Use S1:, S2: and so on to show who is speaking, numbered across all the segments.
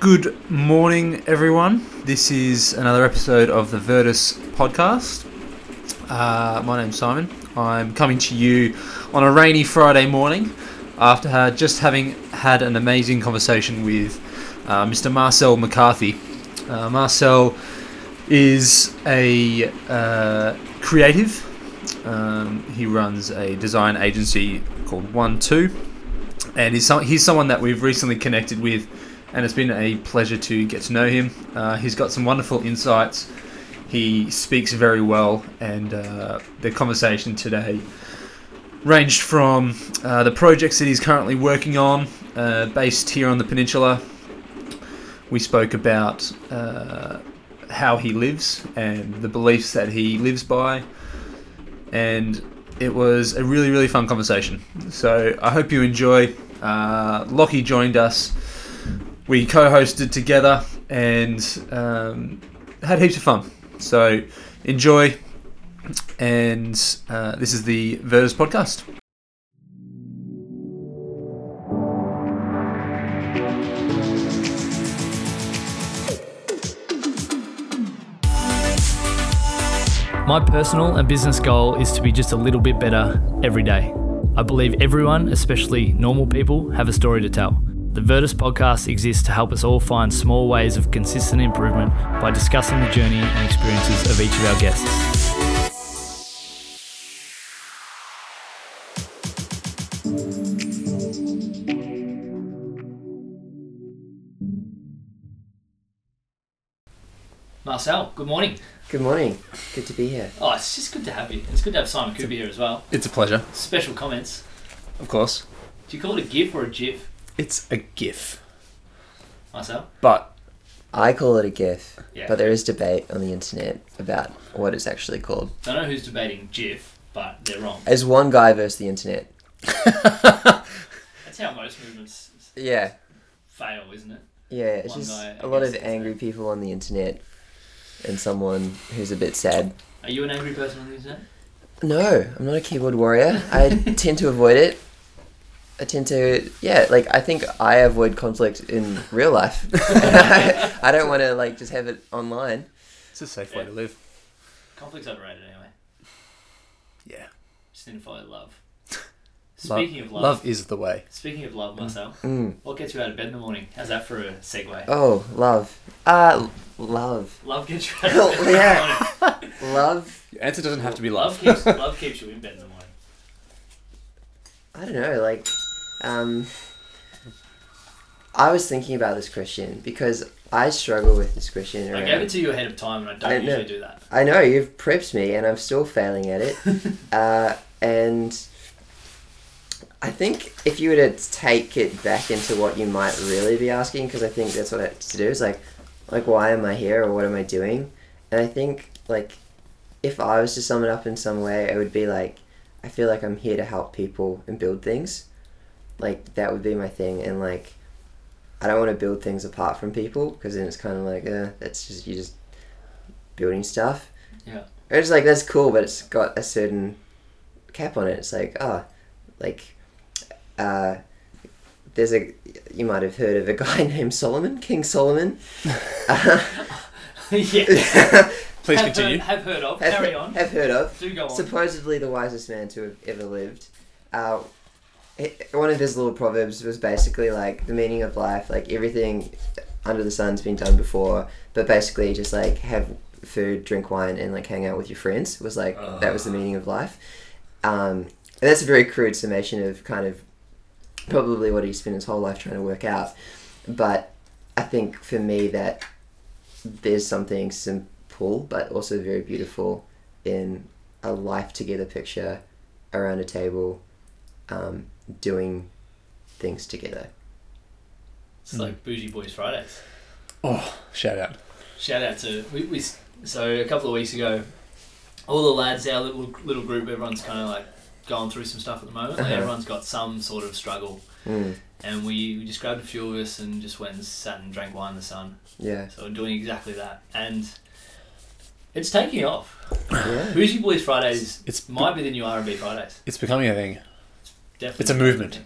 S1: Good morning, everyone. This is another episode of the Vertus podcast. Uh, my name's Simon. I'm coming to you on a rainy Friday morning after ha- just having had an amazing conversation with uh, Mr. Marcel McCarthy. Uh, Marcel is a uh, creative. Um, he runs a design agency called One Two, and he's some, he's someone that we've recently connected with, and it's been a pleasure to get to know him. Uh, he's got some wonderful insights. He speaks very well, and uh, the conversation today ranged from uh, the projects that he's currently working on, uh, based here on the peninsula. We spoke about uh, how he lives and the beliefs that he lives by, and it was a really, really fun conversation. So I hope you enjoy. Uh, Lockie joined us. We co-hosted together and um, had heaps of fun. So enjoy, and uh, this is the Vertus podcast.
S2: My personal and business goal is to be just a little bit better every day. I believe everyone, especially normal people, have a story to tell. The Vertus podcast exists to help us all find small ways of consistent improvement by discussing the journey and experiences of each of our guests. Marcel, good morning.
S3: Good morning. Good to be here.
S2: Oh, it's just good to have you. It's good to have Simon Cooper here as well.
S1: It's a pleasure,
S2: Special comments.
S1: of course.
S2: Do you call it a GIF or a GIF,
S1: It's a GIF,
S2: Marcel?
S1: but
S3: I call it a GIF,
S2: Yeah.
S3: but there is debate on the internet about what it's actually called.
S2: Don't know who's debating GIF, but they're wrong.
S3: As one guy versus the internet.
S2: That's how most movements s-
S3: Yeah.
S2: fail, isn't it?
S3: Yeah, it's
S2: One
S3: just
S2: guy
S3: a lot of
S2: against the
S3: angry people on the internet and someone who's a bit sad.
S2: Are you an angry person on the internet?
S3: No, I'm not a keyboard warrior. I tend to avoid it. I tend to, yeah, like I think I avoid conflict in real life. I don't want to like just have it online.
S1: it's a safe
S2: way to
S1: live.
S2: Conflict's overrated anyway.
S1: Yeah,
S2: Just need to follow love. Speaking of love,
S1: is the way.
S2: speaking of love, Marcel,
S3: Mm.
S2: what gets you out of bed in the morning? How's that for a segue?
S3: Oh, love. Ah, l- love.
S2: Love gets you out of bed in the
S3: Yeah.
S2: morning.
S3: Love.
S1: Your answer doesn't have to be
S2: Love keeps love keeps you in bed in the morning.
S3: I don't know. Like, um, I was thinking about this question because I struggle with this question.
S2: I
S3: Around,
S2: gave it to you ahead of time, and I don't
S3: I know.
S2: usually do that.
S3: I know you've prepped me, and I'm still failing at it. uh, and I think if you were to take it back into what you might really be asking, because I think that's what I have to do is like, like why am I here or what am I doing? And I think like if I was to sum it up in some way, it would be like I feel like I'm here to help people and build things. Like that would be my thing, and like I don't want to build things apart from people because then it's kind of like uh, that's just you just building stuff.
S2: Yeah.
S3: It's like that's cool, but it's got a certain cap on it. It's like ah, like uh, there's a you might have heard of a guy named Solomon, King Solomon.
S2: yeah.
S1: Please
S2: have Heard, have heard of.
S3: have,
S2: Carry on.
S3: Have heard of.
S2: Do go on.
S3: Supposedly the wisest man to have ever lived. Uh, he- one of his little proverbs was basically like the meaning of life, like everything under the sun's been done before, but basically just like have food, drink wine, and like hang out with your friends was like that was the meaning of life. Um, and that's a very crude summation of kind of probably what he spent his whole life trying to work out. But I think for me that there's something simple but also very beautiful in a life together picture around a table um, doing things together.
S2: It's like Bougie Boys Fridays.
S1: Oh, shout out.
S2: Shout out to we, we s- so a couple of weeks ago, all the lads, our little little group, everyone's kind of like going through some stuff at the moment. Like
S3: Uh-huh.
S2: everyone's got some sort of struggle,
S3: Mm,
S2: and we, we just grabbed a few of us and just went and sat and drank wine in the sun.
S3: yeah.
S2: So we're doing exactly that, and it's taking off.
S3: yeah.
S2: Bougie Boys Fridays
S1: It's
S2: might be the new R and B Fridays.
S1: it's becoming a thing.
S2: Definitely,
S1: It's a movement.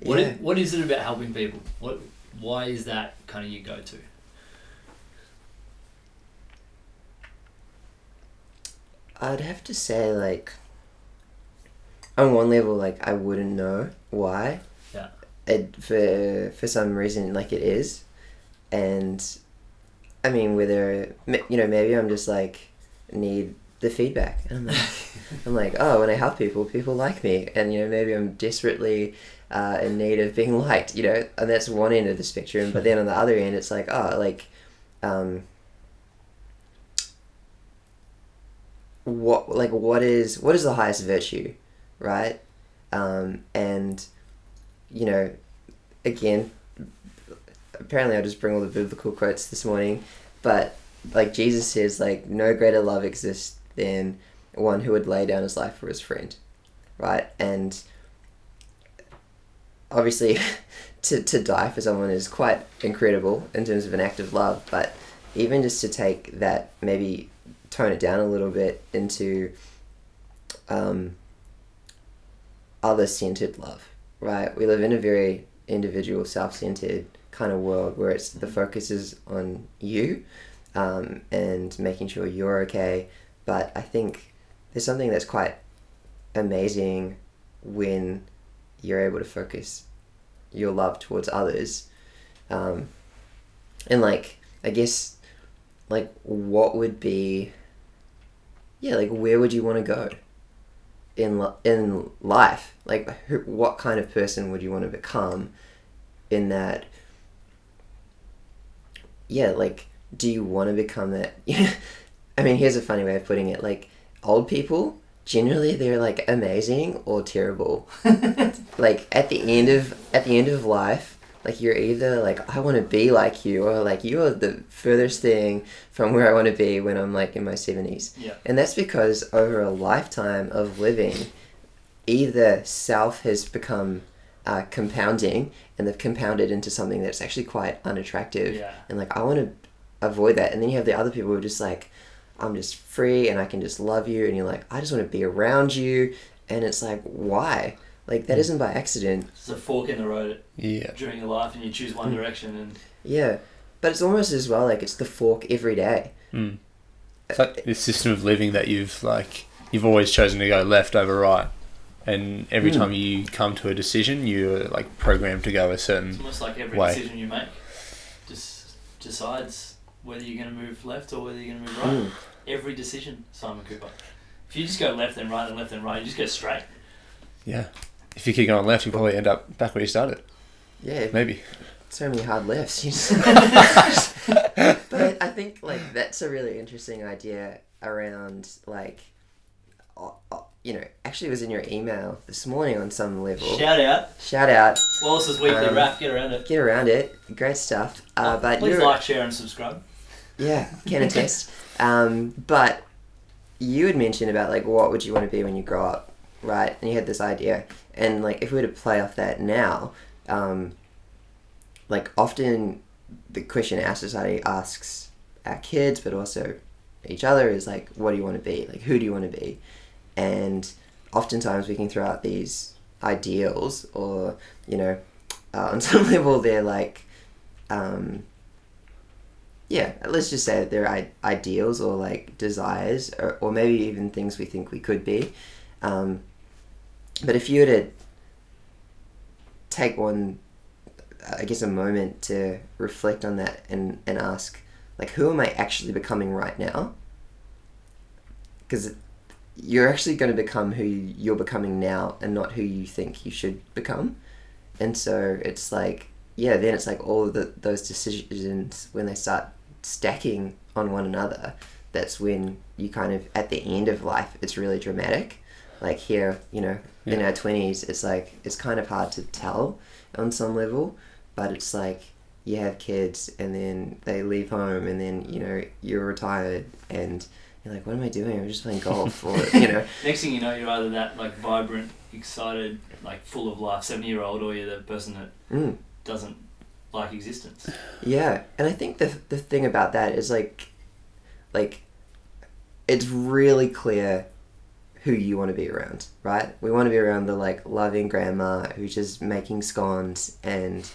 S2: What i-
S3: Yeah.
S2: what is it about helping people? What Why is that kind of your go to?
S3: I'd have to say like on one level like I wouldn't know why.
S2: Yeah.
S3: It for for some reason like it is, and I mean whether m- you know maybe I'm just like need the feedback and I'm like I'm like oh when I help people people like me and you know maybe I'm desperately uh, in need of being liked you know and that's one end of the spectrum but then on the other end it's like oh like um, what like what is what is the highest virtue right um and you know again apparently i'll just bring all the biblical quotes this morning but like jesus says like no greater love exists than one who would lay down his life for his friend right and obviously to, to die for someone is quite incredible in terms of an act of love but even just to take that maybe tone it down a little bit into um, other centered love, right? We live in a very individual, self centered kind of world where it's the focus is on you um, and making sure you're okay. But I think there's something that's quite amazing when you're able to focus your love towards others. Um, and like, I guess like what would be yeah like where would you want to go in li- in life like who, what kind of person would you want to become in that yeah like do you want to become that i mean here's a funny way of putting it like old people generally they're like amazing or terrible like at the end of at the end of life like you're either like i want to be like you or like you are the furthest thing from where i want to be when i'm like in my 70s
S2: Yeah.
S3: and that's because over a lifetime of living either self has become uh, compounding and they've compounded into something that's actually quite unattractive
S2: Yeah.
S3: and like i want to avoid that and then you have the other people who are just like i'm just free and i can just love you and you're like i just want to be around you and it's like why like that not by accident
S2: It's a fork in the road
S1: Yeah.
S2: during your life, and you choose
S3: Hmm.
S2: one direction, and
S3: Yeah, but it's almost as well like it's the fork every day.
S1: Mm. It's like this system of living that you've like you've always chosen to go left over right, and every
S3: Mm.
S1: time you come to a decision, you're like programmed to go a
S2: it's
S1: certain.
S2: almost like every
S1: Way.
S2: decision you make just decides whether you're going to move left or whether you're going to move right.
S3: Mm.
S2: Every decision, Simon Cooper. If you just go left and right and left and right, you just go straight.
S1: Yeah. If you keep going left, you probably end up back where you started.
S3: Yeah,
S1: Maybe.
S3: so many hard lifts. You just but I, I think like that's a really interesting idea around like, uh, uh, you know, actually it was in your email this morning on some level.
S2: Shout out.
S3: Shout out,
S2: Wallace's Weekly
S3: Um,
S2: Wrap, get around it.
S3: get around it, great stuff. Uh, but
S2: Oh, Please
S3: you're
S2: like, share, and subscribe.
S3: yeah, can attest. Um, but you had mentioned about like what would you want to be when you grow up, right? And you had this idea, and like if we were to play off that now, um, like often the question our society asks our kids, but also each other, is like, what do you want to be? Like, who do you want to be? And oftentimes we can throw out these ideals, or you know, uh, on some level they're like. Um, yeah, let's just say that they're I- ideals or like desires or, or maybe even things we think we could be. Um, but if you were to take one, I guess, a moment to reflect on that and, and ask, like, who am I actually becoming right now? Because you're actually going to become who you- you're becoming now and not who you think you should become. And so it's like, yeah, then it's like all of the, those decisions when they start stacking on one another, that's when you kind of, at the end of life, it's really dramatic. Like here, you know, in
S1: Yeah.
S3: our 20s, it's like, it's kind of hard to tell on some level, but it's like, you have kids and then they leave home and then, you know, you're retired and you're like, what am I doing? I'm just playing golf or, you know,
S2: Next thing you know, you're either that like vibrant, excited, like full of life, seventy year old, or you're the person that
S3: mm.
S2: doesn't like existence.
S3: Yeah, and I think the the thing about that is like, like, it's really clear who you want to be around, right? We want to be around the like loving grandma who's just making scones and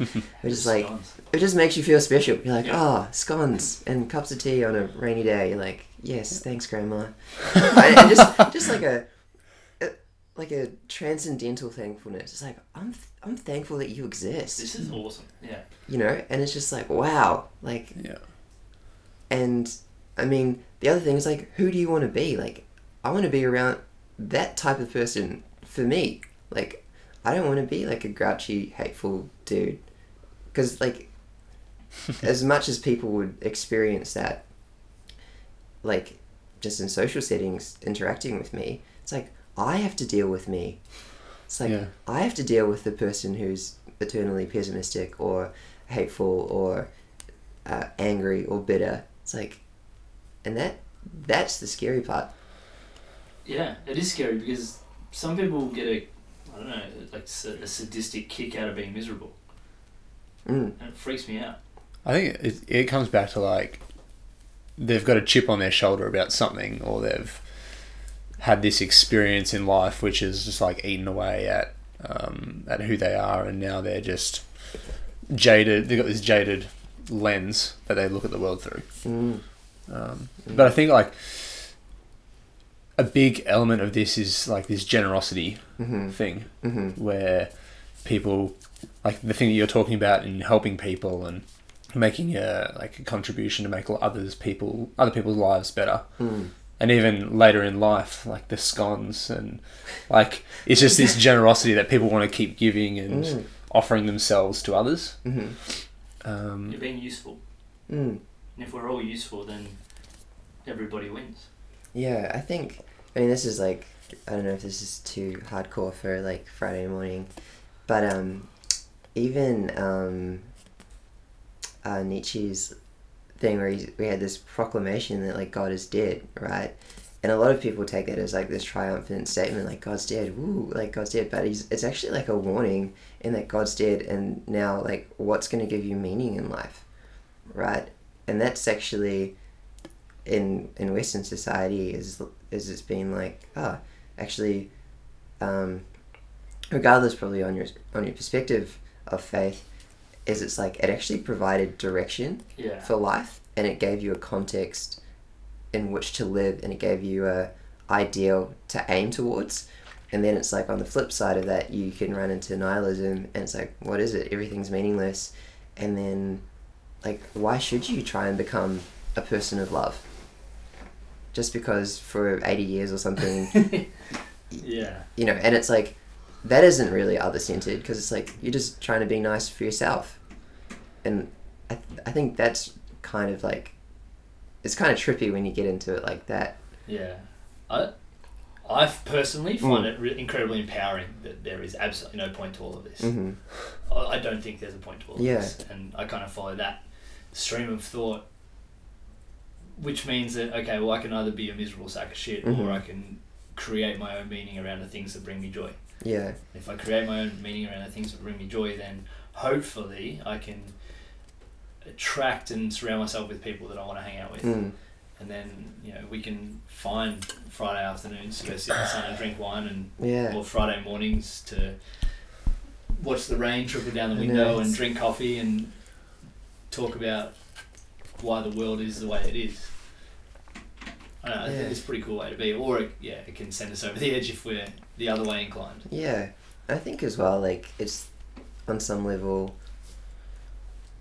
S3: we're just like
S2: Scones.
S3: it just makes you feel special. You're like, ah, oh, scones and cups of tea on a rainy day. You're like, yes, thanks, grandma. and and just just like a, a like a transcendental thankfulness. It's like I'm I'm thankful that you exist,
S2: This is awesome. Yeah.
S3: you know. And it's just like wow, like
S1: Yeah.
S3: and I mean, the other thing is like, who do you want to be? Like, I want to be around that type of person for me. Like, I don't want to be like a grouchy, hateful dude. Because, like, as much as people would experience that, like, just in social settings, interacting with me, it's like, I have to deal with me. It's like,
S1: Yeah.
S3: I have to deal with the person who's eternally pessimistic or hateful or uh, angry or bitter. It's like, and that that's the scary part.
S2: Yeah, it is scary because some people get a, I don't know, like s- a sadistic kick out of being miserable,
S3: Mm.
S2: and it freaks me out.
S1: I think it, it comes back to like they've got a chip on their shoulder about something, or they've had this experience in life which is just like eaten away at um, at who they are, and now they're just jaded. They've got this jaded lens that they look at the world through.
S3: Mm.
S1: Um, but I think like a big element of this is like this generosity
S3: Mm-hmm.
S1: thing
S3: Mm-hmm.
S1: where people like the thing that you're talking about in helping people and making a like a contribution to make others people other people's lives better
S3: Mm.
S1: and even later in life like the scones and like it's just this generosity that people want to keep giving and
S3: Mm.
S1: offering themselves to others
S3: Mm-hmm.
S1: um,
S2: You're being useful,
S3: Mm.
S2: and if we're all useful, then everybody wins.
S3: Yeah, I think. I mean, this is like I don't know if this is too hardcore for like Friday morning, but um, even um, uh, Nietzsche's thing where he we had this proclamation that like God is dead, right? And a lot of people take that as like this triumphant statement, like God's dead, woo, like God's dead. But he's, it's actually like a warning in that God's dead, and now like what's going to give you meaning in life, right? And that's actually in in Western society is is it's been like ah actually, um, regardless probably on your on your perspective of faith, is it's like it actually provided direction
S2: Yeah.
S3: for life and it gave you a context in which to live and it gave you a ideal to aim towards and then it's like on the flip side of that you can run into nihilism and it's like what is it everything's meaningless and then like why should you try and become a person of love just because for 80 years or something
S2: yeah.
S3: you know and it's like that isn't really other centered because it's like you're just trying to be nice for yourself and I, th- I think that's kind of like it's kind of trippy when you get into it like that
S2: Yeah. I, I personally find
S3: Mm.
S2: it re- incredibly empowering that there is absolutely no point to all of this.
S3: hmm
S2: I I don't think there's a point to all of
S3: Yeah.
S2: this, and I kind of follow that stream of thought, which means that okay, well, I can either be a miserable sack of shit,
S3: Mhm.
S2: or I can create my own meaning around the things that bring me joy.
S3: yeah
S2: If I create my own meaning around the things that bring me joy, then hopefully I can attract and surround myself with people that I want to hang out with,
S3: mm.
S2: and then you know we can find Friday afternoons to go sit in the sun and drink wine and
S3: yeah
S2: or Friday mornings to watch the rain trickle down the
S3: I know,
S2: window and
S3: it's-
S2: drink coffee and talk about why the world is the way it is. I, don't know, I
S3: Yeah.
S2: think it's a pretty cool way to be, or it, yeah, it can send us over the edge if we're the other way inclined.
S3: yeah i think as well like it's on some level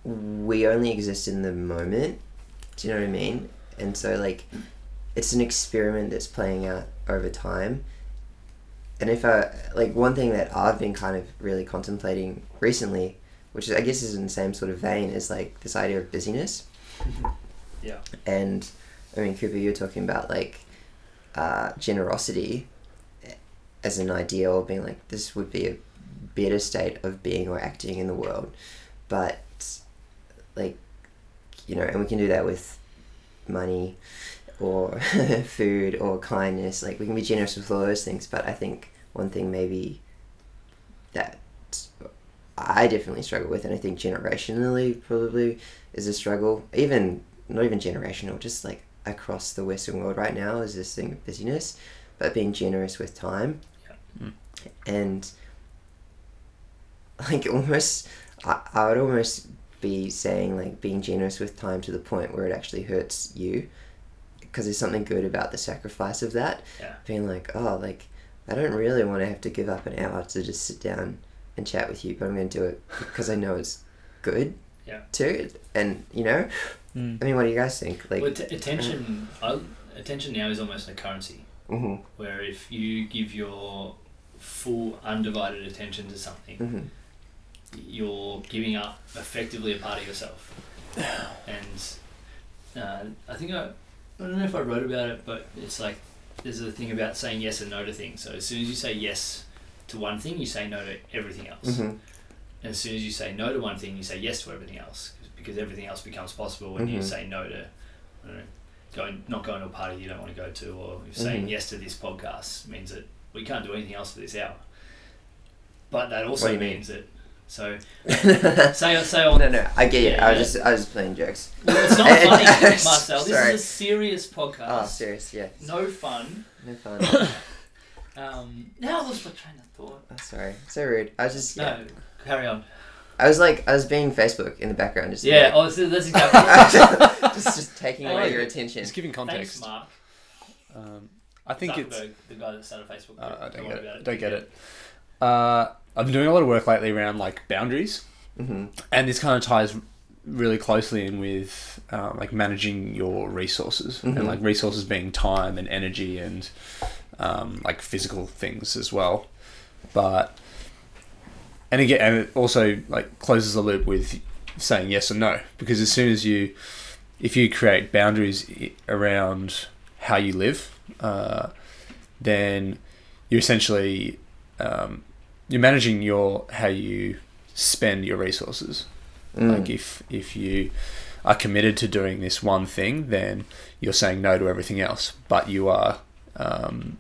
S3: we only exist in the moment do you know what i mean and so like it's an experiment that's playing out over time and if i like one thing that i've been kind of really contemplating recently which is, i guess is in the same sort of vein is like this idea of busyness
S2: Yeah.
S3: and i mean cooper you're talking about like uh, generosity as an ideal being like this would be a better state of being or acting in the world but like you know and we can do that with money or food or kindness like we can be generous with all those things but i think one thing maybe that i definitely struggle with and i think generationally probably is a struggle even not even generational just like across the western world right now is this thing of busyness but being generous with time.
S1: Mm.
S3: And like almost, I, I would almost be saying like being generous with time to the point where it actually hurts you because there's something good about the sacrifice of that.
S2: Yeah.
S3: Being like, oh, like I don't really want to have to give up an hour to just sit down and chat with you, but I'm going to do it because I know it's good.
S2: Yeah.
S3: Too, and you know,
S4: Mm.
S3: I mean, what do you guys think? Like, uh,
S2: well, att- attention, I, attention now is almost a currency
S3: hmm
S2: where if you give your full undivided attention to something,
S3: hmm
S2: you're giving up effectively a part of yourself. And uh, I think I, I don't know if I wrote about it, but it's like there's a thing about saying yes and no to things. So as soon as you say yes to one thing, you say no to everything else.
S3: hmm
S2: And as soon as you say no to one thing, you say yes to everything else 'cause- because everything else becomes possible when you
S3: Mhm.
S2: say no to I don't know, going not going to a party you don't want to go to, or if saying
S3: Mhm.
S2: yes to this podcast means that we can't do anything else for this hour. But that
S3: What
S2: also
S3: do you mean?
S2: means that so
S3: no,
S2: say say on
S3: no, I get you. I was
S2: Yeah.
S3: just, I was just playing jokes.
S2: Well, it's not
S3: And-
S2: funny, Marcel. This
S3: Sorry.
S2: is a serious
S3: Oh,
S2: podcast.
S3: serious, yeah.
S2: no fun.
S3: No fun. oh,
S2: Um, now I lost my train of thought.
S3: sorry, so rude. I was just, yeah.
S2: No, carry on.
S3: I was like, I was being Facebook in the background, just
S2: Yeah,
S3: like,
S2: oh, so that's exactly.
S3: just, just taking away your attention.
S1: Just giving context.
S2: Thanks, Mark.
S1: Um, I think
S2: Zuckerberg,
S1: it's.
S2: the guy that started Facebook.
S1: Uh, I don't
S2: worry
S1: get
S2: about
S1: it. Don't get it. Uh, I've been doing a lot of work lately around like boundaries,
S3: Mm-hmm.
S1: and this kind of ties really closely in with um, like managing your resources
S3: Mhm.
S1: and like resources being time and energy and um, like physical things as well. But and again, and it also like closes the loop with saying yes and no because as soon as you if you create boundaries i- around how you live, uh, then you're essentially um, you're managing your how you spend your resources.
S3: Mm-hmm.
S1: Like
S3: Mm.
S1: if if you are committed to doing this one thing, then you're saying no to everything else, but you are um,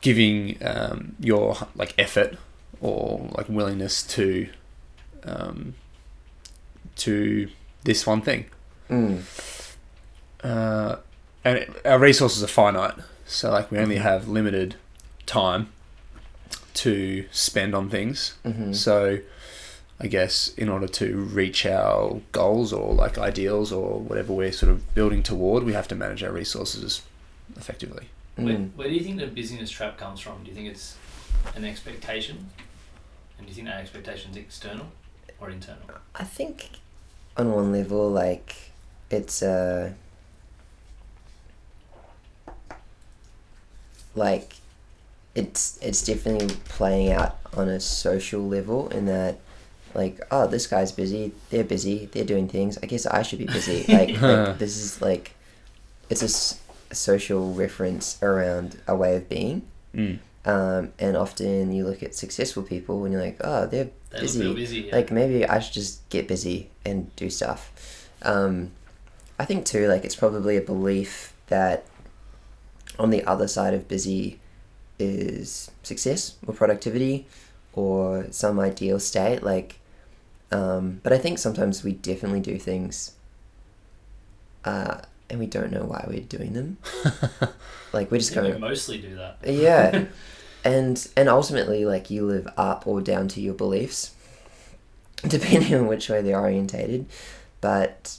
S1: giving um, your like effort or like willingness to um, to this one thing.
S3: mm.
S1: Uh, and it- our resources are finite, so like we only have limited time to spend on things.
S3: Mm-hmm.
S1: So, I guess in order to reach our goals or like ideals or whatever we're sort of building toward, we have to manage our resources effectively.
S2: Where,
S3: Mm.
S2: where do you think the busyness trap comes from? Do you think it's an expectation? And do you think that expectation is external or internal?
S3: I think on one level, like it's uh, like it's it's definitely playing out on a social level in that like oh this guy's busy they're busy they're doing things I guess I should be busy like, like this is like it's a, s- a social reference around a way of being
S1: Mm.
S3: um, and often you look at successful people and you're like oh they're
S2: They
S3: busy
S2: look real busy. Yeah.
S3: like maybe I should just get busy and do stuff. Um, I think too, like it's probably a belief that on the other side of busy is success or productivity or some ideal state. Like, um, but I think sometimes we definitely do things, uh, and we don't know why we're doing them. like we're
S2: I
S3: just
S2: think
S3: going,
S2: we mostly do that.
S3: yeah and and ultimately like you live up or down to your beliefs depending on which way they're orientated but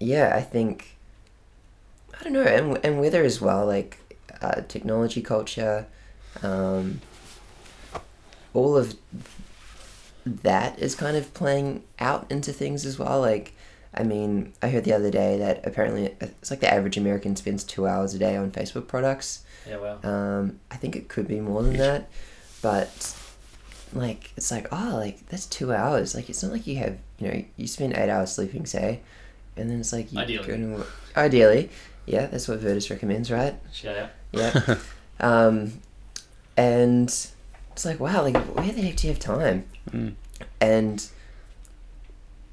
S3: yeah i think i don't know and, and weather as well like uh, technology culture um, all of that is kind of playing out into things as well like i mean i heard the other day that apparently uh, it's like the average american spends two hours a day on facebook products
S2: Yeah, well.
S3: um, I think it could be more than that, but like it's like oh like that's two hours. Like it's not like you have you know you spend eight hours sleeping say, and then it's like you
S2: Ideally.
S3: go to work- ideally, yeah, that's what Virtus recommends, right?
S2: Shout out.
S3: Yeah.
S1: Mm.
S3: um, and it's like wow, like where the heck do you have time?
S1: Mm.
S3: And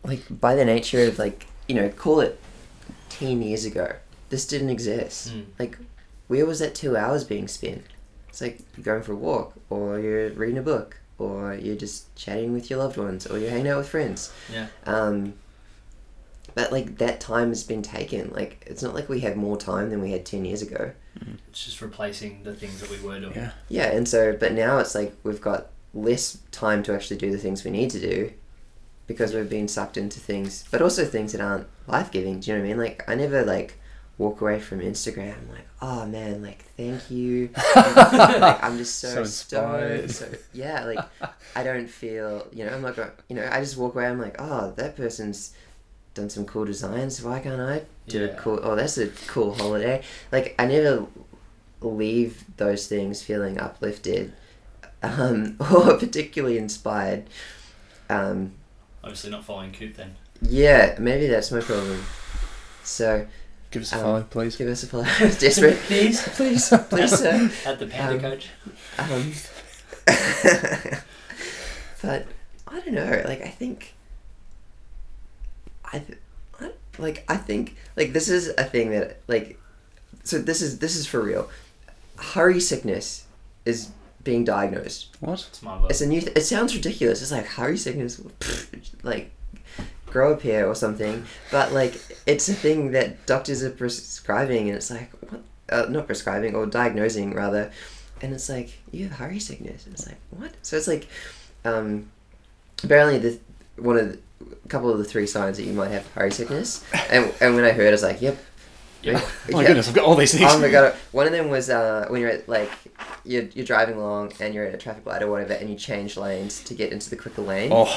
S3: like by the nature of like you know call it ten years ago, this didn't exist
S2: Mm.
S3: like where was that two hours being spent it's like you're going for a walk or you're reading a book or you're just chatting with your loved ones or you're hanging out with friends
S2: Yeah.
S3: um but like that time has been taken like it's not like we have more time than we had 10 years ago
S2: It's just replacing the things that we were doing.
S1: Yeah.
S3: Yeah, and so but now it's like we've got less time to actually do the things we need to do because we've been sucked into things, but also things that aren't life giving. Do you know what I mean? Like I never like walk away from Instagram like, oh man, like thank you. like I'm just so,
S1: So
S3: stoned.
S1: inspired.
S3: So yeah, like I don't feel you know I'm not going you know I just walk away. I'm like, oh that person's done some cool designs. Why can't I do a
S2: Yeah.
S3: cool? Oh that's a cool holiday. Like I never leave those things feeling uplifted um, or particularly inspired. Um,
S2: Obviously, not following Coop then.
S3: yeah, maybe that's my problem. So
S1: Give us a
S3: Um,
S1: five, please.
S3: give us a follow. I was desperate.
S2: Please.
S3: please, please, sir.
S2: At the Panda
S3: Um,
S2: Coach.
S3: Um, but I don't know. Like I think, I, th- I like I think like this is a thing that like, so this is this is for real. Hurry sickness is being diagnosed.
S1: What?
S2: It's my word.
S3: It's a new. Th- it sounds ridiculous. It's like hurry sickness, pfft, like grow up here or something. But like it's a thing that doctors are prescribing, and it's like what? Uh, not prescribing or diagnosing rather, and it's like you have hurry sickness. And it's like what? So it's like, um, apparently the one of the, a couple of the three signs that you might have hurry sickness, and and when I heard, I was like, yep.
S2: Yep.
S1: Oh my goodness, I've got all these things.
S3: Oh my god! One of them was uh, when you're at, like you're, you're driving along and you're at a traffic light or whatever, and you change lanes to get into the quicker lane.
S1: Oh,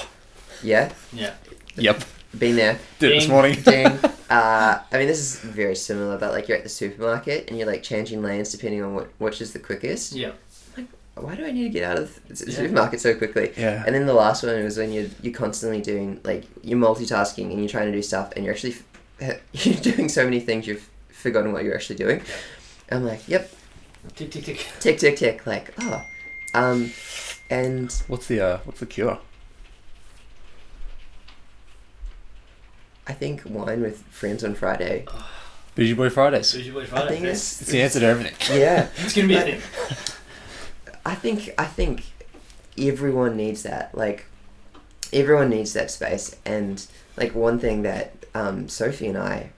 S3: Yeah,
S2: Yeah.
S1: yep.
S3: been there.
S1: Did it this
S2: Ding.
S1: morning.
S3: Ding. uh, I mean, this is very similar, but like you're at the supermarket and you're like changing lanes depending on what which is the quickest.
S2: Yeah.
S3: Why do I need to get out of the
S2: Yeah.
S3: supermarket so quickly?
S1: Yeah.
S3: And then the last one was when you're you're constantly doing like you're multitasking and you're trying to do stuff and you're actually f- you're doing so many things you've forgotten what you're actually doing. I'm like, yep,
S2: Tick, tick, tick.
S3: tick tick tick like oh um and
S1: What's the uh, what's the cure?
S3: i think wine with friends on friday
S1: Busy Boy Fridays.
S2: Sushi Boy
S3: i
S2: Friday.
S3: think
S2: It's,
S3: it's
S1: It's the answer to everything.
S3: yeah
S2: it's going to be a
S3: But-
S2: thing.
S3: i think i think everyone needs that like everyone needs that space and like one thing that um, sophie and i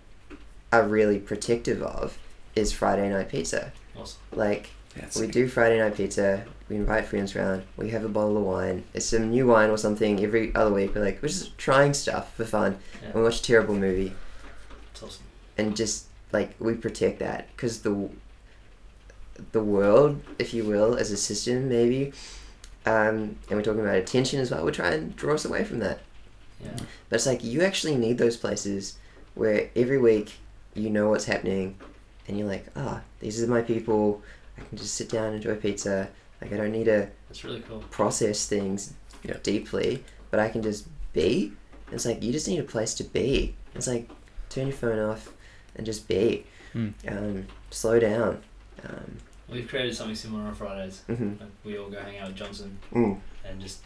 S3: are really protective of is friday night pizza
S2: Awesome.
S3: like
S1: That's
S3: we do Friday night pizza. We invite friends round. We have a bottle of wine. It's some new wine or something every other week. We're like, we're just trying stuff for fun.
S2: Yeah.
S3: And we watch a terrible movie.
S2: It's awesome.
S3: and just like we protect that because the the world, if you will, as a system maybe, um, and we're talking about attention as well. We're trying to draw us away from that,
S2: Yeah.
S3: but it's like you actually need those places where every week you know what's happening, and you're like, ah, these are my people. I can just sit down and enjoy pizza. Like I don't need to
S2: That's really cool.
S3: process things
S1: Yeah.
S3: deeply, but I can just be. It's like you just need a place to be. It's like turn your phone off and just be.
S1: Mm.
S3: Um, slow down. Um,
S2: We've created something similar on Fridays.
S3: mhm,
S2: Like, We all go hang out at Johnson
S3: mm,
S2: and just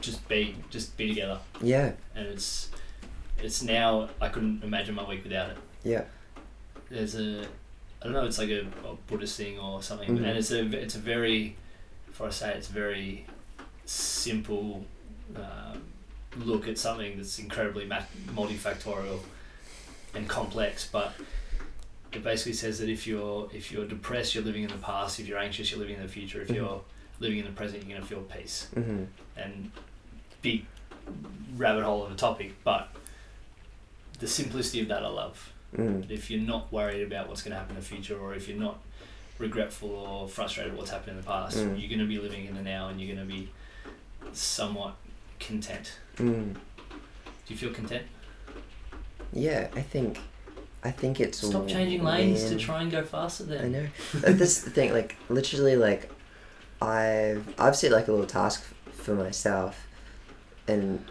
S2: just be just be together.
S3: Yeah,
S2: And it's it's now I couldn't imagine my week without it.
S3: yeah,
S2: There's a I don't know. It's like a, a Buddhist thing or something.
S3: Mhm.
S2: And it's a it's a very if I say it, it's a very simple um, look at something that's incredibly ma- multifactorial and complex, but it basically says that if you're if you're depressed, you're living in the past. If you're anxious, you're living in the future. If
S3: Mhm.
S2: you're living in the present, you're gonna feel peace.
S3: mhm,
S2: And big rabbit hole of a topic, but the simplicity of that I love
S3: mm,
S2: if you're not worried about what's going to happen in the future or if you're not regretful or frustrated at what's happened in the past
S3: Mm.
S2: you're going to be living in the now and you're going to be somewhat content
S3: mm.
S2: do you feel content
S3: Yeah, I think, I think it's
S2: stop changing lanes to
S3: when-
S2: try and go faster then
S3: I know. But this is the thing, like literally, like I've I've set like a little task f- for myself, and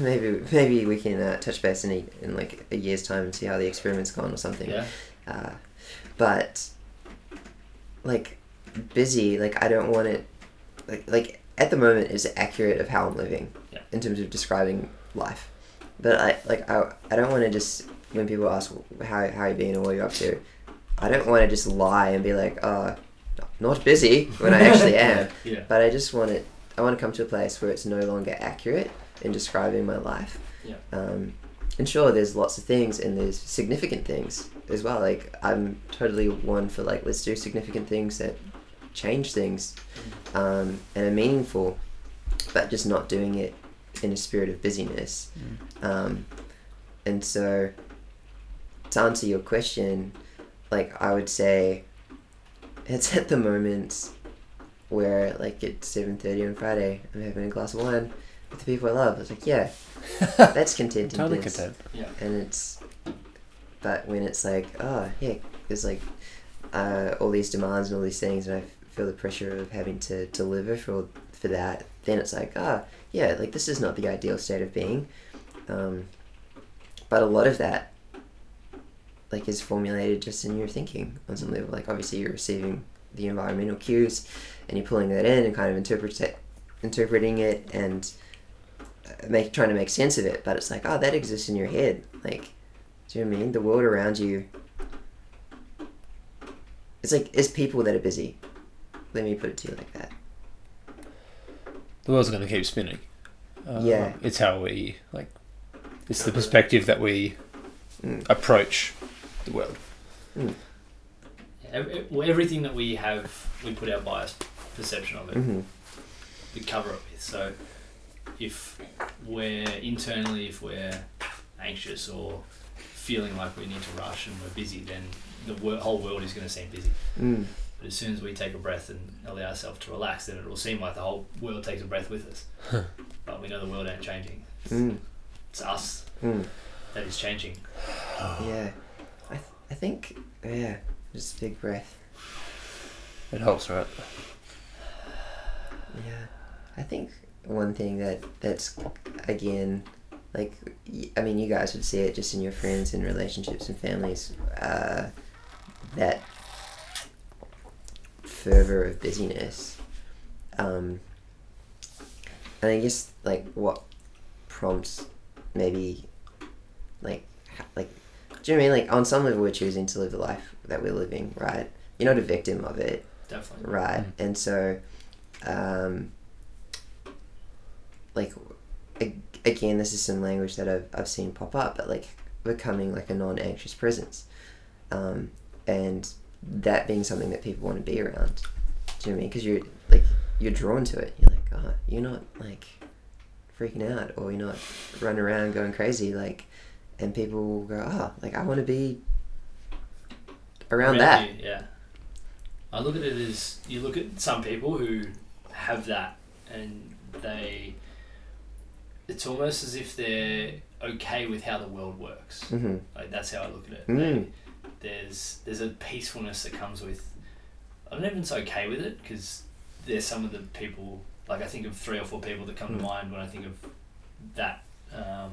S3: maybe maybe we can uh, touch base in a, in like a year's time and see how the experiment's gone or something.
S2: yeah
S3: Uh, but like busy, like I don't want it. Like like at the moment is accurate of how I'm living
S2: Yeah.
S3: in terms of describing life, but I like I I don't want to just when people ask how how you been or what you're up to, I don't want to just lie and be like uh not busy when I actually am.
S2: yeah
S3: But I just want it. I want to come to a place where it's no longer accurate in describing my life.
S2: Yeah.
S3: Um, And sure, there's lots of things, and there's significant things as well. Like I'm totally one for like let's do significant things that change things um, and are meaningful, but just not doing it in a spirit of busyness. Um, and so, to answer your question, like I would say, it's at the moments where like at seven thirty on Friday, I'm having a glass of wine with the people I love. I was like, yeah, that's content.
S1: Mm. totally content.
S3: And it's, but when it's like, oh yeah, there's like, uh, all these demands and all these things, and I f- feel the pressure of having to deliver for for that. Then it's like, ah, yeah, like this is not the ideal state of being. Um, but a lot of that, like, is formulated just in your thinking on some level. Like, obviously, you're receiving the environmental cues, and you're pulling that in and kind of interpret interpreting it and make trying to make sense of it, but it's like, oh, that exists in your head. Like, do you know what I mean? The world around you. It's like it's people that are busy. Let me put it to you like that.
S1: The world's going to keep spinning. Uh,
S3: Yeah.
S1: It's how we like. It's the perspective that we
S3: Mm.
S1: approach the world.
S2: Ev- ev- well, everything that we have, we put our biased perception of it,
S3: hmm
S2: we cover it with. So if we're internally, if we're anxious or feeling like we need to rush and we're busy, then the wor- whole world is going to seem busy.
S3: Mm.
S2: But as soon as we take a breath and allow ourselves to relax, then it will seem like the whole world takes a breath with us. but we know the world ain't changing.
S3: Mm.
S2: It's us
S3: Mm.
S2: that is changing.
S3: Yeah, I, th- I think yeah, just a big breath.
S1: It helps, right?
S3: Yeah, I think one thing that that's again, like, y- I mean, you guys would see it just in your friends and relationships and families. Uh, that fervor of busyness. Um, and I guess like what prompts maybe like ha- like do you know what I mean like on some level we're choosing to live the life that we're living right you're not a victim of it
S2: Definitely.
S3: right and so um like ag- again this is some language that I've, I've seen pop up but like becoming like a non-anxious presence um and that being something that people want to be around do you know what I mean because you're like you're drawn to it you're like oh you're not like freaking out or you're not running around going crazy like and people will go oh like I want to be around that
S2: you, yeah. I look at it as you look at some people who have that and they. It's almost as if they're okay with how the world works.
S3: mm-hmm
S2: Like that's how I look at it.
S3: Mm.
S2: There's there's a peacefulness that comes with. I don't know if it's okay with it because there's some of the people like I think of three or four people that come to mind when I think of that um,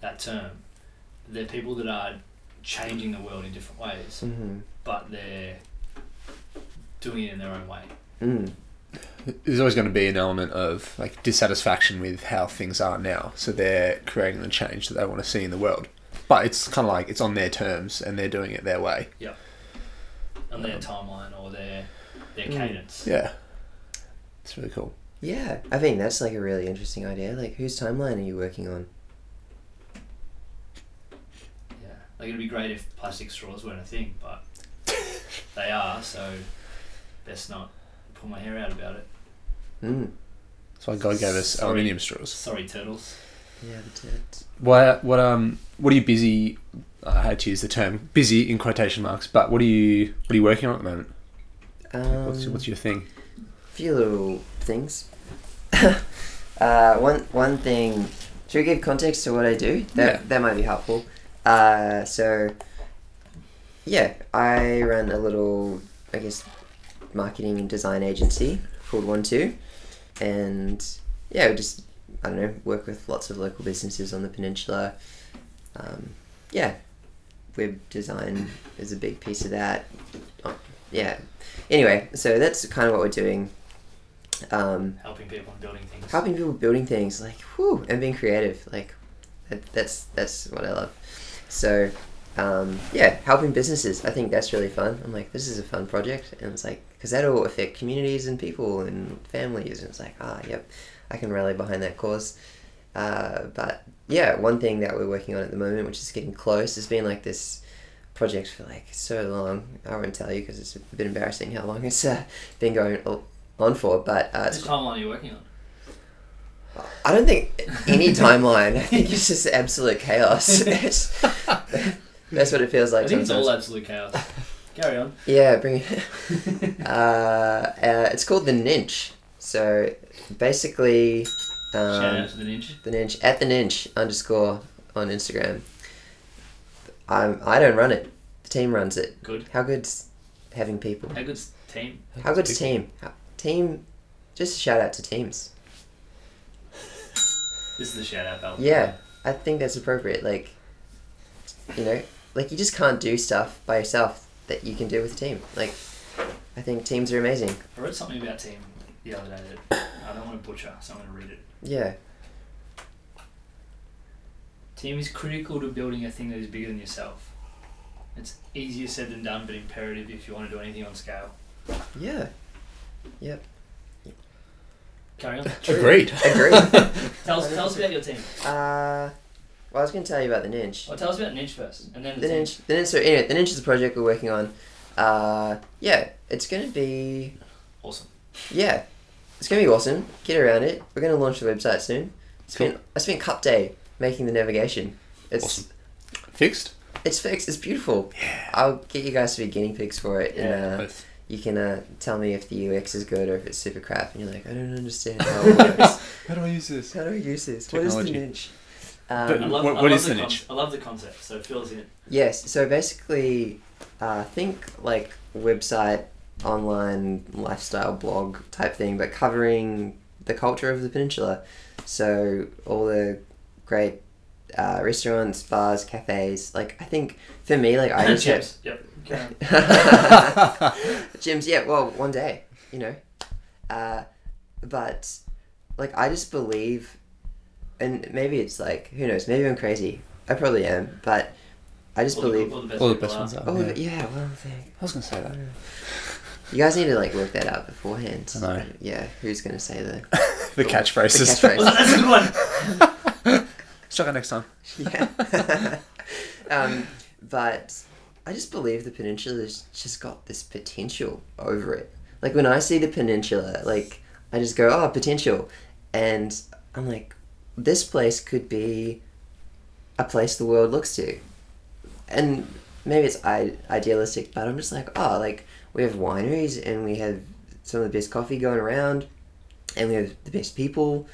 S2: that term. They're people that are changing the world in different ways,
S3: mm-hmm
S2: but they're doing it in their own way.
S3: mm.
S1: There's always going to be an element of like dissatisfaction with how things are now, so they're creating the change that they want to see in the world. But it's kind of like it's on their terms, and they're doing it their way.
S2: On their timeline or their their cadence.
S1: Yeah, it's really cool.
S3: Yeah, I think that's like a really interesting idea. Like, whose timeline are you working on?
S2: Yeah. Like it'd be great if plastic straws weren't a thing, but they are, so best not pull my hair out about it.
S3: Mm.
S1: That's why God gave us
S2: Sorry.
S1: aluminium straws.
S2: Sorry, turtles.
S3: Yeah, the tit.
S1: What what um what are you busy? I had to use the term busy in quotation marks, but what are you what are you working on at the moment?
S3: Um,
S1: what's, what's your thing?
S3: few little things. uh, one one thing. Should we give context to what I do?
S1: Yeah.
S3: That that might be helpful. Uh, so, yeah, I run a little, I guess, marketing and design agency called One Two, and yeah, we just I don't know, work with lots of local businesses on the peninsula. Um, yeah, web design is a big piece of that. Oh, yeah. Anyway, so that's kind of what we're doing. Um,
S2: Helping people and building things.
S3: helping people building things like whew, and being creative like that, that's that's what i love so um, yeah helping businesses i think that's really fun i'm like this is a fun project and it's like because that'll affect communities and people and families and it's like ah yep i can rally behind that cause Uh, but yeah, one thing that we're working on at the moment, which is getting close, has been like this project for like so long. I won't tell you because it's a bit embarrassing how long it's uh, been going o- on for. But uh,
S2: Which
S3: it's,
S2: timeline are you working on?
S3: I don't think any timeline. I think it's just absolute chaos. It's- That's what it feels like.
S2: I think it's
S3: sometimes.
S2: all absolute chaos. Carry on.
S3: Yeah, bring it. uh, uh, it's called the Ninch. So basically,
S2: Shout out
S3: um,
S2: to the ninja.
S3: the Ninch at the Ninch underscore on Instagram. I'm I don't run it. The team runs it.
S2: Good.
S3: How good's having people?
S2: How good's team?
S3: How good's team? How, team. Just a shout out to teams.
S2: This is the shout out bell.
S3: Yeah, I think that's appropriate. Like, you know, like you just can't do stuff by yourself that you can do with a team. Like, I think teams are amazing.
S2: I wrote something about team the other day that I don't want to butcher, so I'm going to read it.
S3: Yeah.
S2: Team is critical to building a thing that is bigger than yourself. It's easier said than done, but imperative if you want to do anything on scale.
S3: Yeah.
S2: Carry on.
S1: Agreed.
S3: Agree.
S2: tell, us, tell us about your team.
S3: Uh, well, I was going to tell you about the Ninch.
S2: Well, tell us about Ninch first, and then
S3: Oh, The Ninch. The Ninch. So anyway, the Ninch is a project we're working on. Uh, yeah, it's going to be
S2: Awesome.
S3: yeah, it's going to be awesome. Get around it. We're going to launch the website soon. Spent I spent Cup Day making the navigation. It's
S1: Awesome. Fixed.
S3: it's fixed. It's beautiful. Yeah. I'll get you guys to be guinea pigs for it, and uh,
S1: Both.
S3: you can uh, tell me if the UX is good or if it's super crap. And you're like, I don't understand how it works.
S4: How do I use this?
S3: how do I use this? What is the
S1: Technology.
S3: Ninch?
S2: I
S3: Um,
S1: But-
S2: love,
S1: What-
S2: I
S1: what
S2: love
S1: is
S2: the
S1: the
S2: con-
S1: Ninch?
S2: I love the concept, so fill us in.
S3: Yes. So basically, uh, think like website, online lifestyle blog type thing, but covering the culture of the peninsula. So all the great uh, restaurants, bars, cafes. Like I think for me, like I just have
S2: Chips. Yep. Carry on.
S3: gyms. Yeah. Well, one day, you know. Uh, but like I just believe, and maybe it's like who knows? Maybe I'm crazy. I probably am, but I just
S2: All the-
S3: believe.
S2: all the best,
S1: All the
S2: people
S1: best
S2: are.
S1: ones are.
S3: Oh,
S1: yeah.
S3: but yeah, well, thank-
S1: I was gonna say that.
S3: you guys need to like work that out beforehand.
S1: I know.
S3: Yeah, who's gonna say the
S1: The
S3: Cool.
S1: catchphrases.
S3: The catchphrases.
S2: Oh, that's a good one.
S1: Let's try that next time.
S3: yeah? um, but I just believe the peninsula's just got this potential over it. Like when I see the peninsula, like I just go, oh, potential, and I'm like, this place could be a place the world looks to, and maybe it's I- idealistic, but I'm just like, oh, like we have wineries and we have some of the best coffee going around, and we have the best people,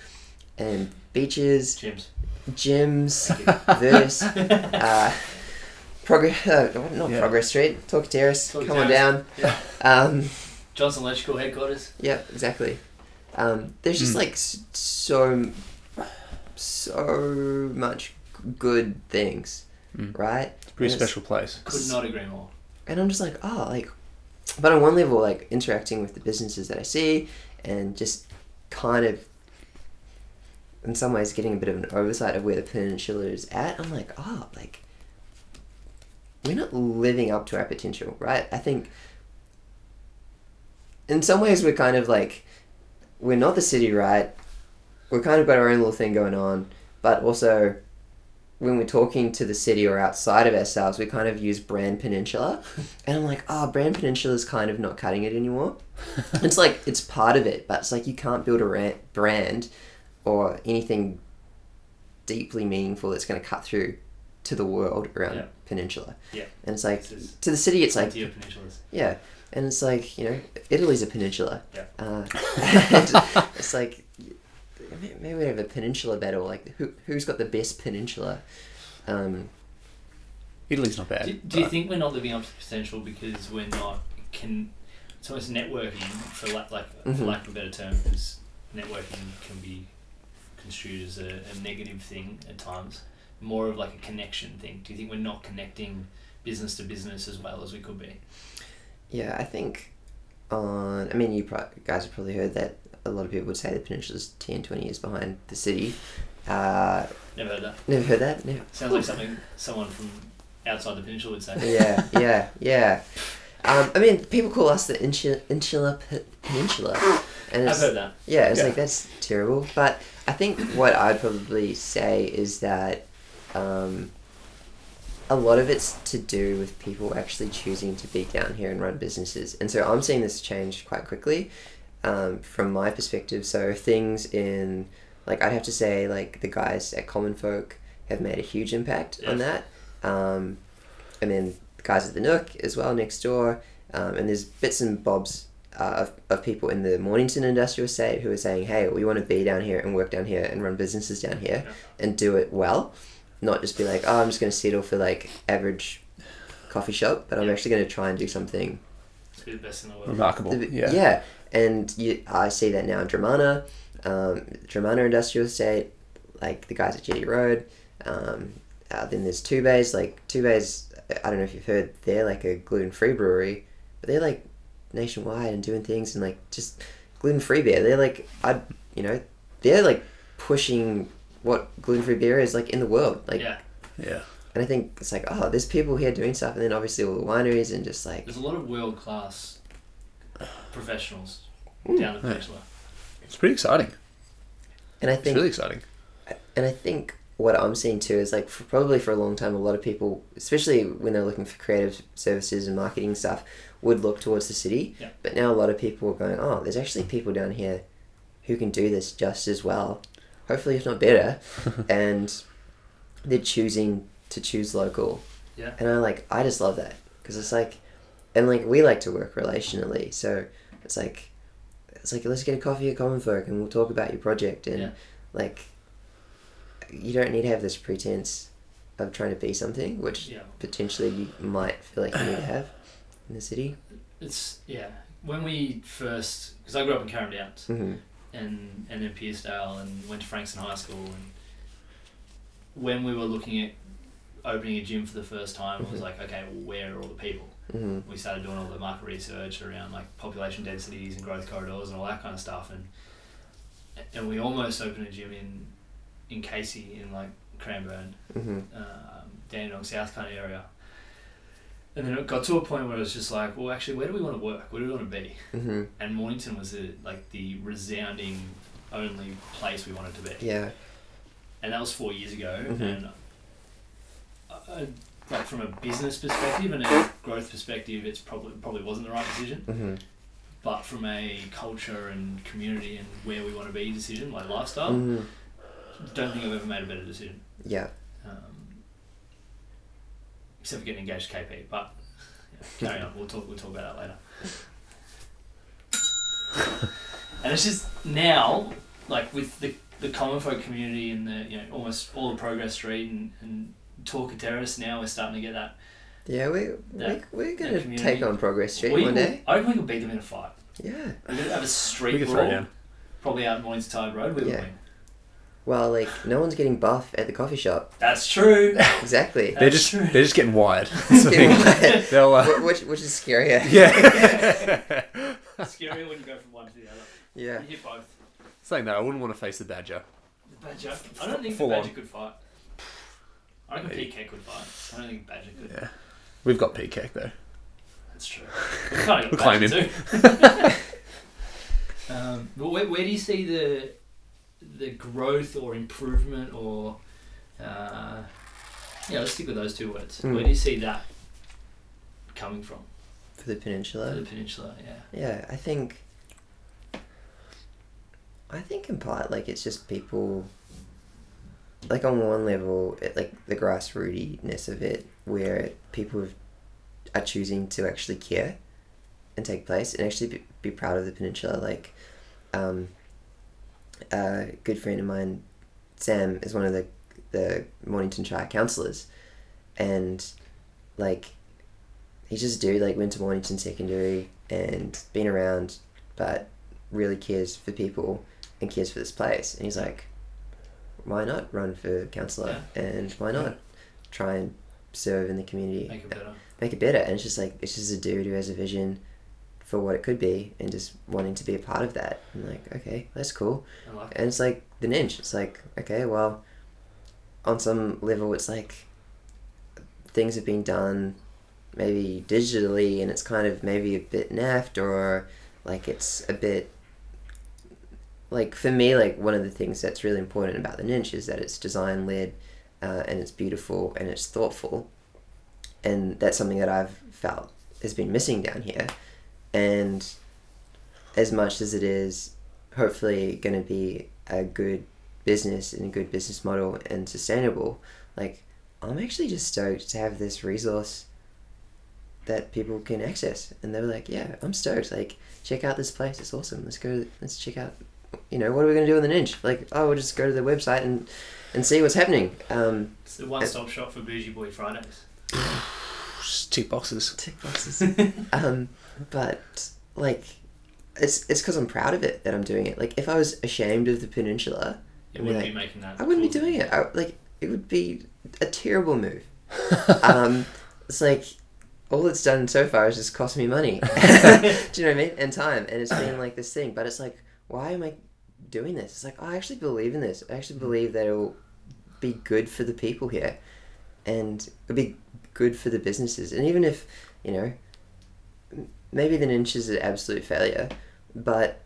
S3: and beaches
S2: Gyms.
S3: gyms,
S2: Thank
S3: various uh, progress, uh, not
S1: Yeah.
S3: Progress Street, Talk Terrace.
S2: Talk
S3: come on down.
S2: Terrace. Yeah.
S3: Um,
S2: Johnson Electrical Headquarters.
S3: yep, exactly. Um, there's just
S1: Mm.
S3: like s- so, so much good things,
S1: Mm.
S3: right?
S1: It's a pretty
S3: Yes.
S1: special place.
S2: Could not agree more.
S3: and I'm just like, oh, like, but on one level, like interacting with the businesses that I see, and just kind of, in some ways, getting a bit of an oversight of where the peninsula is at. I'm like, oh, like, we're not living up to our potential, right? I think, in some ways, we're kind of like, we're not the city, right? We're kind of got our own little thing going on, but also. When we're talking to the city or outside of ourselves, we kind of use brand peninsula, and I'm like, ah, Brand Peninsula is kind of not cutting it anymore. it's like it's part of it, but it's like you can't build a ra- brand or anything deeply meaningful that's going to cut through to the world around
S2: Yeah.
S3: Peninsula.
S2: Yeah.
S3: And it's like
S2: This is
S3: to the city, it's like
S2: Frontier Peninsulas.
S3: yeah, and it's like you know, Italy's a peninsula.
S2: Yeah.
S3: Uh, and it's like may- maybe we have a peninsula battle. Like who who's got the best peninsula? Um,
S1: Italy's not
S3: Uh,
S1: bad.
S2: Do, do you
S1: but-
S2: think we're not living up to potential because we're not can? It's almost networking for lack like for
S3: Mhm.
S2: lack of a better term because networking can be construed as a, a negative thing at times. More of like a connection thing. Do you think we're not connecting business to business as well as we could be?
S3: Yeah, I think on. I mean, you pro- guys have probably heard that a lot of people would say the peninsula's 10, 20 years behind the city. Uh,
S2: Never heard that.
S3: never heard that? No.
S2: Sounds like something someone from outside the peninsula would say.
S3: Yeah, yeah, yeah. Um, I mean, people call us the insu- Insula Pe- Peninsula. And
S2: I've
S3: it's,
S2: heard that.
S3: yeah, it's
S1: Yeah.
S3: like, that's terrible. But I think what I'd probably say is that um, a lot of it's to do with people actually choosing to be down here and run businesses. And so I'm seeing this change quite quickly um, from my perspective. So things in, like, I'd have to say, like, the guys at Common Folk have made a huge impact on that. Um, and then the guys at the Nook as well next door. Um, and there's bits and bobs uh, of, of people in the Mornington industrial estate who are saying, hey, we want to be down here and work down here and run businesses down here and do it well. Not just be like, oh, I'm just going to settle for like average coffee shop, but I'm
S2: Yeah.
S3: actually going to try and do something
S2: It's the best in the world.
S1: Remarkable.
S3: the-
S1: Yeah.
S3: yeah. And you, I see that now in Dramana, um, Dramana Industrial Estate, like the guys at Jetty Road. Um, uh, then there's Two Bays, like Two Bays. I don't know if you've heard, they're like a gluten free brewery, but they're like nationwide and doing things and like just gluten free beer. They're like I, you know, they're like pushing what gluten free beer is like in the world. Like,
S2: Yeah,
S1: Yeah.
S3: and I think it's like oh, there's people here doing stuff, and then obviously all the wineries and just like
S2: there's a lot of world class professionals
S3: Hmm. mm.
S2: down at Bachelor.
S1: It's pretty exciting.
S3: and I
S1: It's
S3: think
S1: really exciting.
S3: and I think what I'm seeing too is like for probably for a long time, a lot of people, especially when they're looking for creative services and marketing stuff, would look towards the city.
S2: Yeah.
S3: But now a lot of people are going, oh, there's actually people down here who can do this just as well, hopefully if not better, and they're choosing to choose local.
S2: Yeah.
S3: And I like I just love that because it's like, and like we like to work relationally, so it's like, it's like let's get a coffee at Common Folk and we'll talk about your project and
S2: Yeah.
S3: like you don't need to have this pretense of trying to be something, which
S2: Yeah.
S3: potentially you might feel like you need to have in the city.
S2: It's yeah. When we first, because I grew up in Carrum Downs
S3: hmm
S2: and and then Piersdale and went to Frankston High School and when we were looking at opening a gym for the first time, it was like, okay, well, where are all the people?
S3: hmm
S2: we started doing all the market research around like population densities and growth corridors and all that kind of stuff and and we almost opened a gym in in Casey in like Cranbourne
S3: hmm
S2: um, Dandenong South kind of area and then it got to a point where it was just like well actually where do we want to work where do we want to be
S3: hmm
S2: and Mornington was a, like the resounding only place we wanted to be
S3: Yeah.
S2: and that was four years ago.
S3: Mhm.
S2: And uh, uh, like from a business perspective and a growth perspective, it's probably probably wasn't the right decision.
S3: hmm
S2: But from a culture and community and where we want to be decision, like lifestyle,
S3: hmm
S2: don't think I've ever made a better decision.
S3: Yeah.
S2: Um, except for getting engaged to KP, but yeah, carry on. We'll talk. We'll talk about that later. and it's just now, like with the the common folk community and the you know almost all the progress street and and talk of terrace. Now we're starting to get that.
S3: Yeah, we, we,
S2: That-
S3: we're
S2: that
S3: going to
S2: community.
S3: take on Progress Street
S2: we,
S3: one day.
S2: I think we could beat them in a fight.
S3: Yeah.
S2: We're gonna have a street
S1: could throw
S2: brawl,
S1: down.
S2: probably out in Mornington Tide Road. We would
S3: Yeah.
S2: win.
S3: Well, like, no one's getting buff at the coffee shop.
S2: That's true.
S3: Exactly.
S1: they're
S2: That's
S1: just
S2: true.
S1: they're just getting wired. That's the
S3: Getting
S1: thing.
S3: wired.
S1: They'll, uh,
S3: Wh- which, which is scarier.
S1: yeah.
S2: Scary when you go from one to the other.
S3: Yeah.
S2: You hit both.
S1: Saying that, I wouldn't want to face the badger.
S2: The Badger. I don't think
S1: Full
S2: the Badger
S1: on.
S2: could fight. I reckon
S1: Maybe.
S2: PK could fight. I don't think Badger could.
S1: Yeah. We've got Pete Cake though.
S2: That's true. We kind of
S1: We'll
S2: got
S1: claim
S2: Badger too. um, but where, where do you see the the growth or improvement or uh, yeah? Let's stick with those two words.
S3: Mm.
S2: Where do you see that coming from
S3: For the peninsula.
S2: for the peninsula? Yeah.
S3: Yeah, I think. I think in part, like it's just people. Like on one level, it, like the grassrootiness of it, where people have- are choosing to actually care, and take place, and actually be, be proud of the peninsula. Like, um, a good friend of mine, Sam, is one of the the Mornington Shire councillors, and like he's just a dude like went to Mornington Secondary and been around, but really cares for people and cares for this place. And he's like, why not run for councillor and why not try and serve in the community,
S2: Make it better.
S3: make it better? And it's just like it's just a dude who has a vision for what it could be and just wanting to be a part of that. And like, okay, that's cool.
S2: I like it.
S3: And it's like the ninja. It's like, okay, well, on some level, it's like things have been done maybe digitally and it's kind of maybe a bit naffed or like it's a bit like for me, like one of the things that's really important about the ninja is that it's design led, uh, and it's beautiful and it's thoughtful, and that's something that I've felt has been missing down here, and as much as it is, hopefully going to be a good business and a good business model and sustainable, like I'm actually just stoked to have this resource that people can access. And they were like, yeah, I'm stoked. Like, check out this place. It's awesome. Let's go. Let's check out. You know, what are we gonna do on the ninja? Like, oh, we'll just go to the website and and see what's happening. Um,
S2: It's the one-stop shop for Bougie Boy Fridays.
S1: Just tick boxes.
S3: tick boxes. um, but like, it's it's because I'm proud of it that I'm doing it. Like, if I was ashamed of the peninsula,
S2: You wouldn't be making that.
S3: I wouldn't be doing it. I, like it would be a terrible move. um, it's like all it's done so far is just cost me money. Do you know what I mean? And time, and it's been like this thing. But it's like, why am I doing this? It's like I actually believe in this. I actually believe that it will be good for the people here, and it'll be good for the businesses. And even if you know, m- maybe the ninja is an absolute failure, but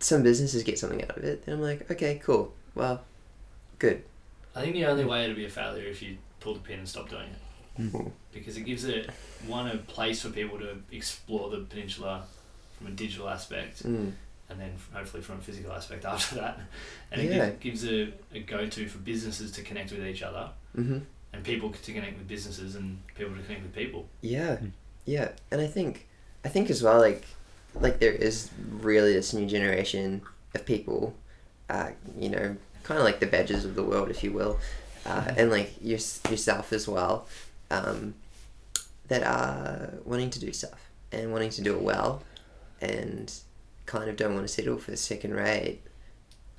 S3: some businesses get something out of it. Then I'm like, okay, cool. Well, good.
S2: I think the only way it'd be a failure if you pulled the pin and stopped doing it, because it gives it one a place for people to explore the peninsula from a digital aspect,
S3: Mm.
S2: and then f- hopefully from a physical aspect after that, and it
S3: Yeah.
S2: gives, gives a, a go-to for businesses to connect with each other
S3: hmm
S2: and people to connect with businesses and people to connect with people.
S3: Yeah, yeah, and I think, I think as well, like, like there is really this new generation of people, uh, you know, kind of like the badges of the world, if you will, uh, and like your, yourself as well, um, that are wanting to do stuff and wanting to do it well, and kind of don't want to settle for second rate,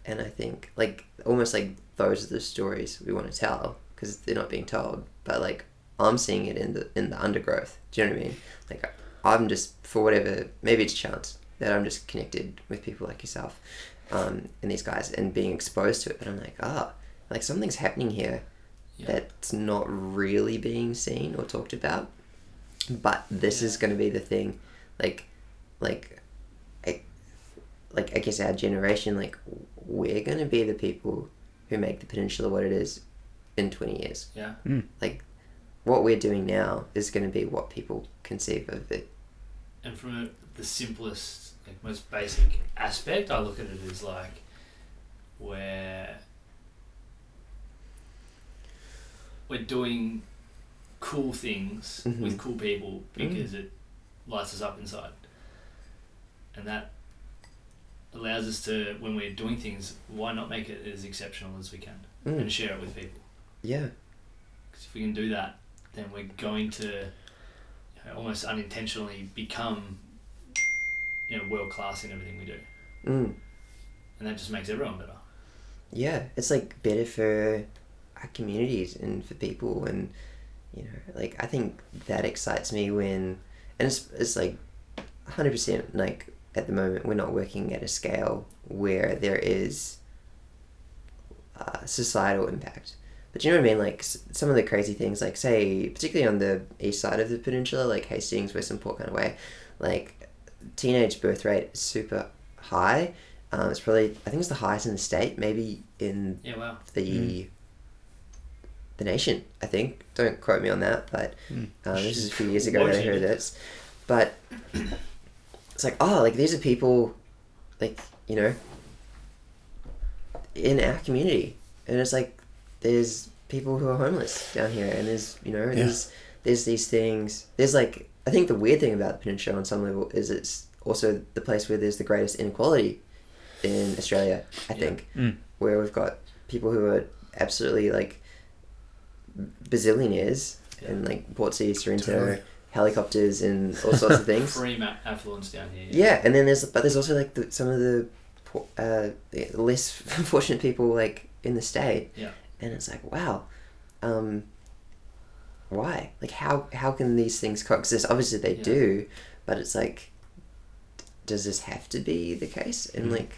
S3: and I think like almost like those are the stories we want to tell because they're not being told, but like I'm seeing it in the in the undergrowth. Do you know what I mean? Like I- I'm just for whatever. Maybe it's chance that I'm just connected with people like yourself, um, and these guys, and being exposed to it. But I'm like, ah, like something's happening here
S2: Yeah.
S3: that's not really being seen or talked about. But this
S2: Yeah.
S3: is going to be the thing, like, like, I, like I guess our generation, like we're going to be the people who make the peninsula what it is in 20 years
S2: Yeah,
S3: what we're doing now is going to be what people conceive of it.
S2: and from a, the simplest, like most basic aspect, I look at it as like where we're doing cool things
S3: Mhm.
S2: with cool people because it lights us up inside, and that allows us to when we're doing things, why not make it as exceptional as we can
S3: Mm.
S2: and share it with people.
S3: Yeah.
S2: Because if we can do that, then we're going to you know, almost unintentionally become you know world class in everything we do,
S3: Mm.
S2: and that just makes everyone better.
S3: Yeah. It's like better for our communities and for people, and you know, like I think that excites me when, and it's it's like, hundred percent. Like at the moment, we're not working at a scale where there is uh, societal impact. But you know what I mean? Like s- some of the crazy things, like say, particularly on the east side of the peninsula, like Hastings, Western Port kind of way, like teenage birth rate is super high. Um, it's probably I think it's the highest in the state, maybe in
S2: Yeah, wow.
S3: the the nation. I think. Don't quote me on that, but uh, this is a few years ago that I heard this. But it's like, oh, like these are people, like you know, in our community, and it's like there's people who are homeless down here, and there's you know there's there's these things. There's like I think the weird thing about the peninsula on some level is it's also the place where there's the greatest inequality in Australia. I
S2: Yeah.
S3: think
S1: Mm.
S3: where we've got people who are absolutely like bazillionaires and like Port City, Sorrento,
S1: Totally.
S3: helicopters, and all sorts of things.
S2: Free ma- affluence down here.
S3: Yeah, and then there's but there's also like the, some of the po- uh, the less fortunate people like in the state.
S2: Yeah.
S3: And it's like wow, um, why? Like how how can these things coexist? Obviously they
S2: Yeah.
S3: do, but it's like, does this have to be the case? And like,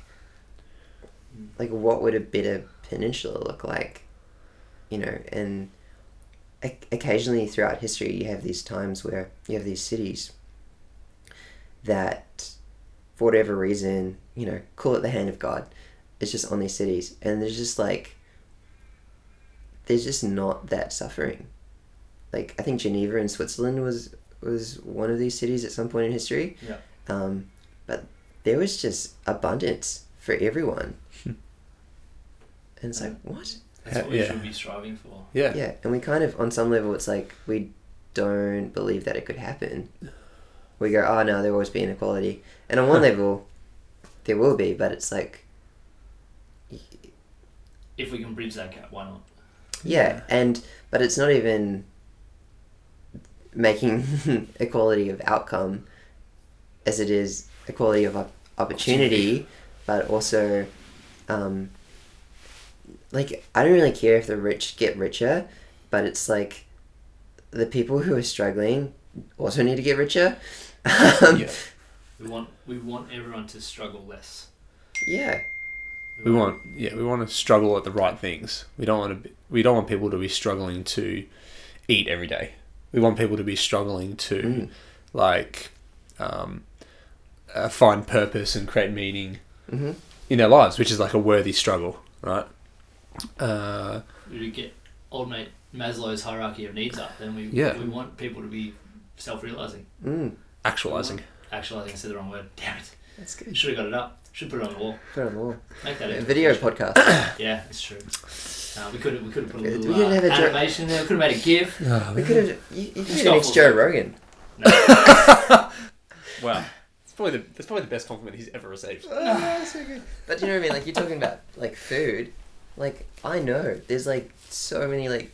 S2: Mm.
S3: like what would a better peninsula look like? You know, and o- occasionally throughout history you have these times where you have these cities that for whatever reason you know call it the hand of god it's just on these cities, and there's just like there's just not that suffering. Like I think Geneva in Switzerland was was one of these cities at some point in history.
S2: Yeah.
S3: Um, but there was just abundance for everyone. and it's like what?
S2: That's what we
S1: Yeah.
S2: should be striving for.
S1: Yeah.
S3: yeah and we kind of on some level it's like we don't believe that it could happen we go oh no there'll always be inequality and on one level there will be but it's like
S2: If we can bridge that gap, why not?
S3: yeah, and but it's not even making equality of outcome as it is equality of op- opportunity but also um like i don't really care if the rich get richer but it's like the people who are struggling also need to get richer um, yeah.
S1: Yeah.
S2: We want we want everyone to struggle less.
S1: We want yeah, we want to struggle at the right things. We don't want to be, we don't want people to be struggling to eat every day. We want people to be struggling to
S3: Mm.
S1: like um, uh, find purpose and create meaning
S3: hmm
S1: in their lives, which is like a worthy struggle, right? Uh,
S2: we get old mate Maslow's hierarchy of needs up, then we
S1: Yeah.
S2: we want people to be self realizing,
S3: mm,
S1: actualizing.
S2: actualizing. I said the wrong word. Damn it!
S3: that's good
S2: Should have got it up. Should put it on the wall.
S3: Put on the wall.
S2: Make that
S3: A
S2: into
S3: video
S2: feature.
S3: podcast
S2: Yeah, it's true. Uh, we could have we could have put a
S3: We
S2: little
S3: could
S2: uh,
S3: have a jo-
S2: animation there. We could have made a GIF.
S3: we could have you, you could be the
S2: Shuffle.
S3: next joe rogan
S2: No,
S1: Wow. It's probably the, that's probably the best compliment he's ever received.
S3: But you know what I mean? Like you're talking about like food. Like I know there's like so many like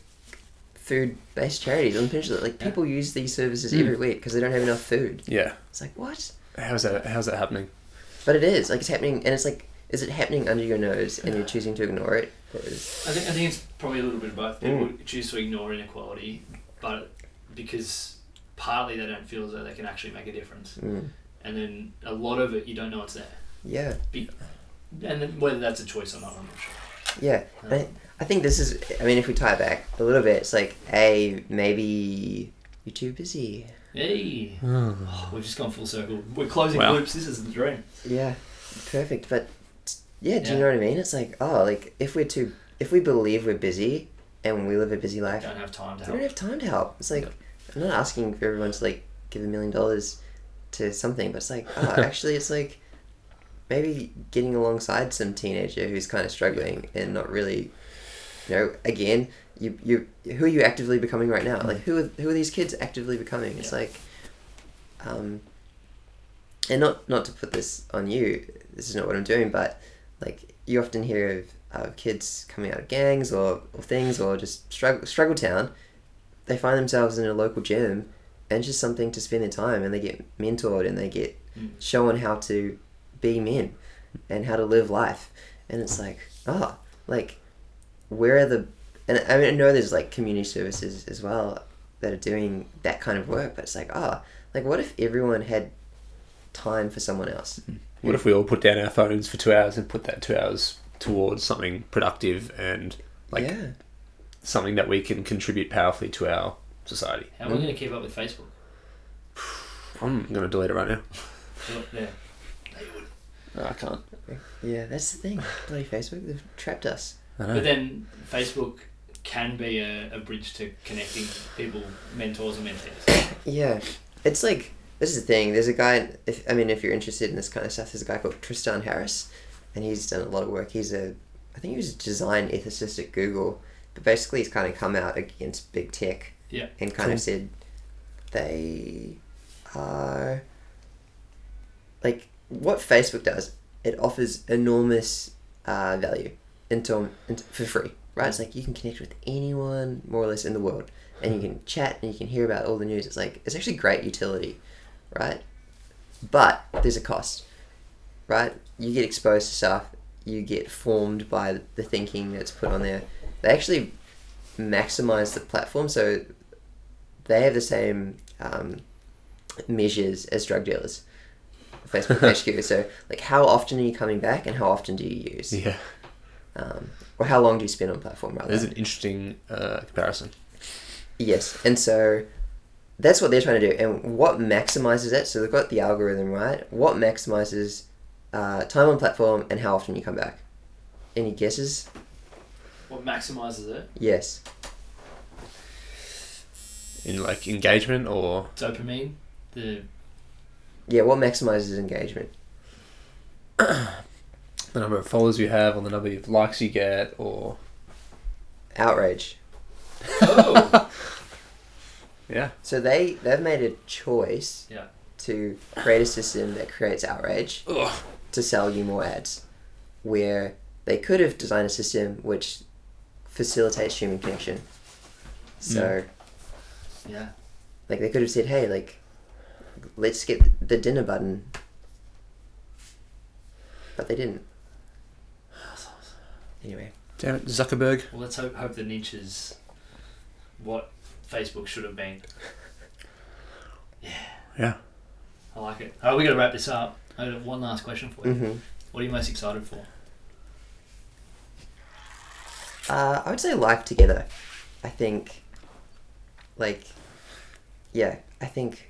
S3: food-based charities on Pinterest. Like people use these services every week because they don't have enough food.
S1: Yeah.
S3: It's like what?
S1: How's that? How's that happening?
S3: But it is like it's happening, and it's like is it happening under your nose and you're choosing to ignore it? Or is-
S2: I think I think it's probably a little bit of both. People
S3: Mm.
S2: choose to ignore inequality, but because partly they don't feel as though they can actually make a difference,
S3: Mm.
S2: and then a lot of it you don't know it's there.
S3: Yeah,
S2: And then whether that's a choice or not, I'm not sure.
S3: yeah. And I, I think this is. I mean, if we tie it back a little bit, it's like a maybe you're too busy.
S2: Hey, Oh, we've just gone full circle. We're closing
S1: Wow.
S2: loops. This is the dream.
S3: Yeah, perfect. But yeah, do
S2: Yeah.
S3: you know what I mean? It's like, oh, like if we're too, if we believe we're busy and we live a busy
S2: I
S3: life,
S2: don't have time to
S3: we don't
S2: help.
S3: have time to help. It's like I'm not asking for everyone to like give a million dollars to something, but it's like, oh, actually, it's like maybe getting alongside some teenager who's kind of struggling and not really, you know, again, you you who are you actively becoming right now? Like who are, who are these kids actively becoming? It's
S2: Yeah.
S3: like, um, and not not to put this on you. This is not what I'm doing, but like you often hear of uh, kids coming out of gangs or, or things or just struggle struggle town. They find themselves in a local gym and it's just something to spend their time, and they get mentored and they get
S2: Mm.
S3: shown how to be men and how to live life. And it's like, ah, like where are the and I mean I know there's like community services as well that are doing that kind of work, but it's like, ah, like what if everyone had time for someone else?
S1: What if we all put down our phones for two hours and put that two hours towards something productive and like
S3: yeah.
S1: something that we can contribute powerfully to our society?
S2: How are we going to keep up with Facebook?
S1: I'm gonna delete it right now.
S2: Look there.
S1: No, I can't.
S3: Yeah, that's the thing. Bloody Facebook, they've trapped us.
S1: I
S2: But
S1: know.
S2: then Facebook can be a, a bridge to connecting people, mentors and mentees.
S3: Yeah, it's like this is the thing. There's a guy. If I mean, if you're interested in this kind of stuff, there's a guy called Tristan Harris, and he's done a lot of work. He's a, I think he was a design ethicist at Google, but basically he's kind of come out against big tech.
S2: Yeah.
S3: And kind
S1: Cool.
S3: of said, they are, like what Facebook does. It offers enormous uh, value, in term, in, for free. Right? It's like you can connect with anyone more or less in the world and you can chat and you can hear about all the news. It's like it's actually great utility, right? But there's a cost, right? You get exposed to stuff, you get formed by the thinking that's put on there. They actually maximize the platform, so they have the same um, measures as drug dealers. Facebook HQ. So, like, how often are you coming back, and how often do you use,
S1: Yeah,
S3: um, or how long do you spend on platform? Rather,
S1: there's an interesting uh, comparison.
S3: Yes, and so that's what they're trying to do. And what maximizes that? So they've got the algorithm right. What maximizes uh, time on platform and how often you come back? Any guesses?
S2: What maximizes it?
S3: Yes.
S1: in like engagement or
S2: Dopamine. The
S3: Yeah, what maximizes engagement?
S1: the number of followers you have or the number of likes you get or
S3: Outrage.
S2: oh,
S1: yeah
S3: So they they've made a choice
S2: Yeah.
S3: to create a system that creates outrage to sell you more ads, where they could have designed a system which facilitates human connection. So
S2: yeah.
S3: like they could have said, hey, like let's get the dinner button, but they didn't. Anyway,
S1: damn it Zuckerberg
S2: Well, let's hope hope the niche is what Facebook should have been.
S1: yeah
S2: I like it. All right, we got to wrap this up. I have one last question for you.
S3: hmm
S2: What are you most excited for?
S3: uh, I would say life together. I think, like, yeah, I think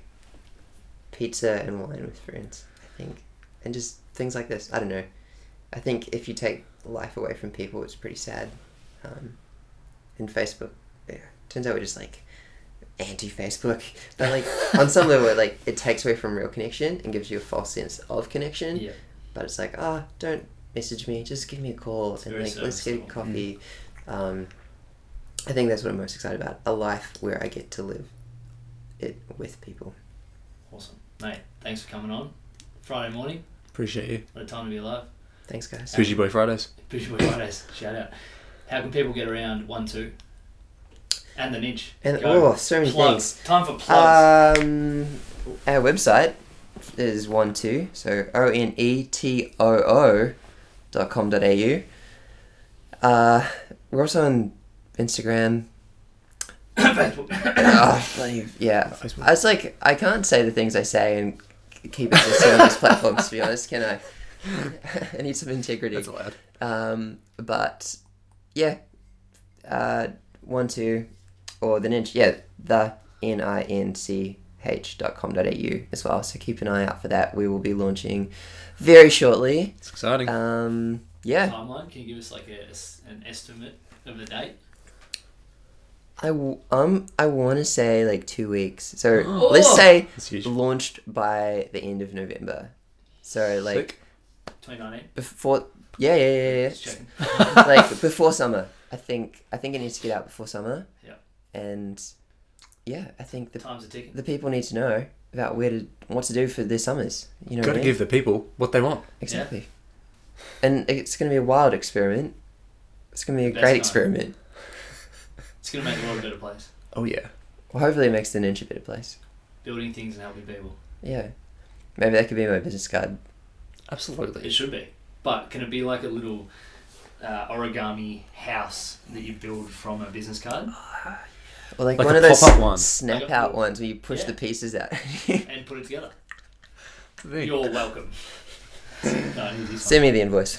S3: pizza and wine with friends. I think, and just things like this. I don't know. I think if you take life away from people, it's pretty sad. Um, and Facebook, yeah, turns out we're just like anti-Facebook, but like on some level, it, like it takes away from real connection and gives you a false sense of connection
S2: Yeah.
S3: but it's like ah don't message me just give me a call and
S2: very
S3: like let's get a
S2: serviceable.
S3: coffee um, i think that's what i'm most excited about a life where i get to live it with people
S2: Awesome. Mate, thanks for coming on. Friday morning,
S1: appreciate you
S2: what a time to be alive.
S3: thanks guys
S1: Sushi Boy Fridays
S2: Visual Fridays, shout out. How can people get around 1 2? And the niche.
S3: and
S2: Go.
S3: oh so many
S2: plugs. Time for
S3: things
S2: plugs.
S3: um, our website is one two so E o-n-e-t-o-o dot com dot au uh, we're also on instagram
S2: Facebook.
S3: Ah, bloody- yeah
S1: Facebook
S3: I was like, I can't say the things I say and k- keep it to service platforms. To be honest, can I? I need some integrity.
S1: that's allowed
S3: Um, but yeah, uh, one two, or the ninch. Yeah, the n i n c h dot com dot au as well. So keep an eye out for that. We will be launching very shortly.
S1: it's exciting
S3: Um, yeah,
S2: Timeline, can you give us like a, a s- an estimate of the date?
S3: I w- um I want to say like two weeks. So
S2: Oh.
S3: let's say
S1: it's huge
S3: launched by the end of November. So
S1: Sick.
S3: like.
S2: 2019?
S3: before yeah yeah yeah, yeah
S2: Just checking.
S3: yeah like before summer i think i think it needs to get out before summer
S2: Yeah.
S3: and yeah i think the,
S2: Time's are ticking.
S3: the people need to know about where to what to do for their summers you know what
S1: got to
S3: I mean?
S1: give the people what they want
S3: exactly and it's going to be a wild experiment it's going to be a
S2: Best
S3: great
S2: time.
S3: experiment
S2: It's going to make the world a better place.
S1: oh yeah
S3: well hopefully it makes the ninja a better place
S2: Building things and helping people.
S3: yeah maybe that could be my business card
S2: It
S1: absolutely
S2: should be. But can it be like a little uh, origami house that you build from a business card
S3: or like,
S1: Like
S3: one
S1: a
S3: of those
S1: pop-up one.
S3: snap
S2: Like a-
S3: out ones where you push
S2: Yeah.
S3: the pieces out
S2: and put it together?
S1: There you go.
S2: You're welcome. no, I need this one.
S3: send me the invoice